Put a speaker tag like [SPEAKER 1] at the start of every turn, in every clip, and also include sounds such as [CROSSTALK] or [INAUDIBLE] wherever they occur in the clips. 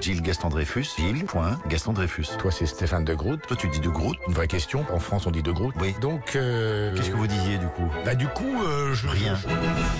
[SPEAKER 1] Gilles Gaston Dreyfus, Gilles, point, Gaston Dreyfus.
[SPEAKER 2] Toi, c'est Stéphane de Groot.
[SPEAKER 1] Toi, tu dis de Groot
[SPEAKER 2] Une vraie question. En France, on dit de Groot.
[SPEAKER 1] Oui.
[SPEAKER 2] Donc, euh,
[SPEAKER 1] Qu'est-ce que vous disiez du coup
[SPEAKER 2] bah, du coup, euh, je
[SPEAKER 1] Rien.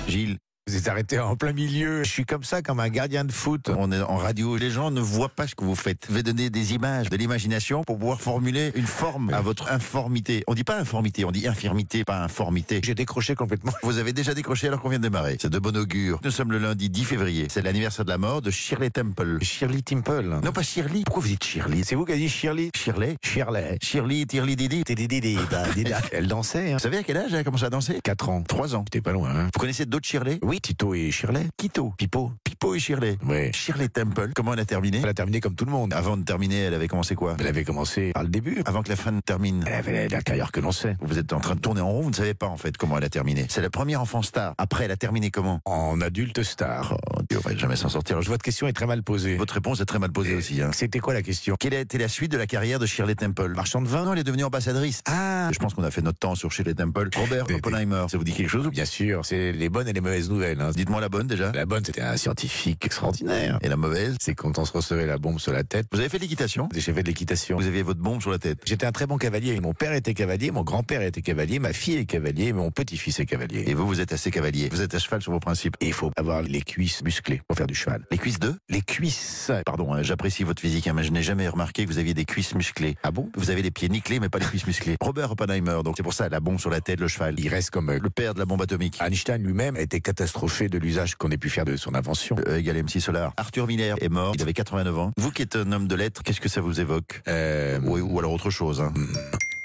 [SPEAKER 1] Gilles,
[SPEAKER 2] Vous êtes arrêté en plein milieu. Je suis comme ça, comme un gardien de foot.
[SPEAKER 1] on est en radio, les gens ne voient pas ce que vous faites. Vous vais donner des images, de l'imagination pour pouvoir formuler une forme à votre informité. On dit pas informité, on dit infirmité, pas informité.
[SPEAKER 2] J'ai décroché complètement.
[SPEAKER 1] Vous avez déjà décroché alors qu'on vient de démarrer. C'est de bon augure. Nous sommes le lundi 10 février. C'est l'anniversaire de la mort de Shirley Temple.
[SPEAKER 2] Shirley Temple.
[SPEAKER 1] Non, pas Shirley. Pourquoi vous dites Shirley
[SPEAKER 2] C'est vous qui avez dit Shirley
[SPEAKER 1] Shirley
[SPEAKER 2] Shirley.
[SPEAKER 1] Shirley, Tirly Didi.
[SPEAKER 2] Bah, [LAUGHS] Elle dansait, hein.
[SPEAKER 1] Vous savez à quel âge elle a commencé à danser
[SPEAKER 2] 4 ans.
[SPEAKER 1] 3 ans.
[SPEAKER 2] T'es pas loin, hein.
[SPEAKER 1] Vous connaissez d'autres Shirley
[SPEAKER 2] Oui, Tito et Shirley.
[SPEAKER 1] Quito,
[SPEAKER 2] Pipo.
[SPEAKER 1] Pipo et Shirley.
[SPEAKER 2] Ouais.
[SPEAKER 1] Shirley Temple, comment elle a terminé
[SPEAKER 2] Elle a terminé comme tout le monde.
[SPEAKER 1] Avant de terminer, elle avait commencé quoi
[SPEAKER 2] Elle avait commencé par le début.
[SPEAKER 1] Avant que la fin ne termine.
[SPEAKER 2] Elle avait la carrière que l'on sait.
[SPEAKER 1] Vous êtes en train de tourner en rond, vous ne savez pas en fait comment elle a terminé. C'est la première enfant star. Après, elle a terminé comment
[SPEAKER 2] En adulte star.
[SPEAKER 1] Oh, Dieu, on va jamais s'en sortir. Je vois-
[SPEAKER 2] Votre question est très mal posée.
[SPEAKER 1] Votre réponse est très mal posée aussi. Hein.
[SPEAKER 2] C'était quoi la question
[SPEAKER 1] Quelle a été la suite de la carrière de Shirley Temple
[SPEAKER 2] Marchand de vin
[SPEAKER 1] Non, elle est devenue ambassadrice.
[SPEAKER 2] Ah
[SPEAKER 1] Je pense qu'on a fait notre temps sur Shirley Temple. Robert
[SPEAKER 2] Des-
[SPEAKER 1] Oppenheimer, ça vous dit quelque chose ou bien
[SPEAKER 2] Bien sûr, c'est les bonnes et les mauvaises nouvelles. hein.
[SPEAKER 1] Dites-moi la bonne déjà.
[SPEAKER 2] La bonne, c'était un scientifique extraordinaire.
[SPEAKER 1] Et la mauvaise
[SPEAKER 2] C'est quand on se recevait la bombe sur la tête.
[SPEAKER 1] Vous avez fait de l'équitation
[SPEAKER 2] J'ai fait de l'équitation.
[SPEAKER 1] Vous aviez votre bombe sur la tête.
[SPEAKER 2] J'étais un très bon cavalier. Mon père était cavalier, mon grand-père était cavalier, ma fille est cavalier, mon petit-fils est
[SPEAKER 1] Et
[SPEAKER 2] cavalier.
[SPEAKER 1] vous, vous êtes assez cavalier. Vous êtes à cheval sur vos principes.
[SPEAKER 2] Et il faut avoir les cuisses musclées pour faire du cheval.
[SPEAKER 1] Les cuisses de
[SPEAKER 2] Les cuisses.
[SPEAKER 1] Pardon, hein, j'apprécie votre physique, hein, mais je n'ai jamais remarqué que vous aviez des cuisses musclées.
[SPEAKER 2] Ah bon
[SPEAKER 1] Vous avez les pieds nickelés, mais pas les cuisses musclées. Robert Oppenheimer, donc c'est pour ça la bombe sur la tête, le cheval.
[SPEAKER 2] Il reste comme euh,
[SPEAKER 1] Le père de la bombe atomique.
[SPEAKER 2] Einstein lui-même était catastrophé de l'usage qu'on ait pu faire de son invention.
[SPEAKER 1] E égale MC Solar. Arthur Miller est mort, il avait 89 ans. Vous qui êtes un homme de lettres, qu'est-ce que ça vous évoque
[SPEAKER 2] Euh,
[SPEAKER 1] Oui, ou alors autre chose. hein.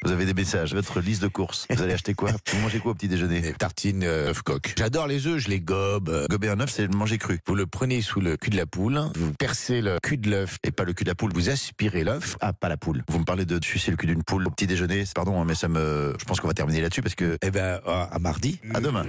[SPEAKER 1] Vous avez des messages, votre liste de courses. Vous allez acheter quoi Vous mangez quoi au petit déjeuner
[SPEAKER 2] euh, tartine euh, œuf coq. J'adore les œufs, je les gobe. euh.
[SPEAKER 1] Gober un œuf, c'est le manger cru.
[SPEAKER 2] Vous le prenez sous le cul de la poule, vous percez le cul de l'œuf,
[SPEAKER 1] Et pas le cul de la poule.
[SPEAKER 2] vous aspirez l'œuf.
[SPEAKER 1] Ah, pas la poule. Vous me parlez de sucer le cul d'une poule au petit déjeuner.
[SPEAKER 2] ben,
[SPEAKER 1] Pardon, hein, mais ça me. Je pense qu'on va terminer là-dessus parce que.
[SPEAKER 2] Eh ben, euh, à à mardi.
[SPEAKER 1] À demain.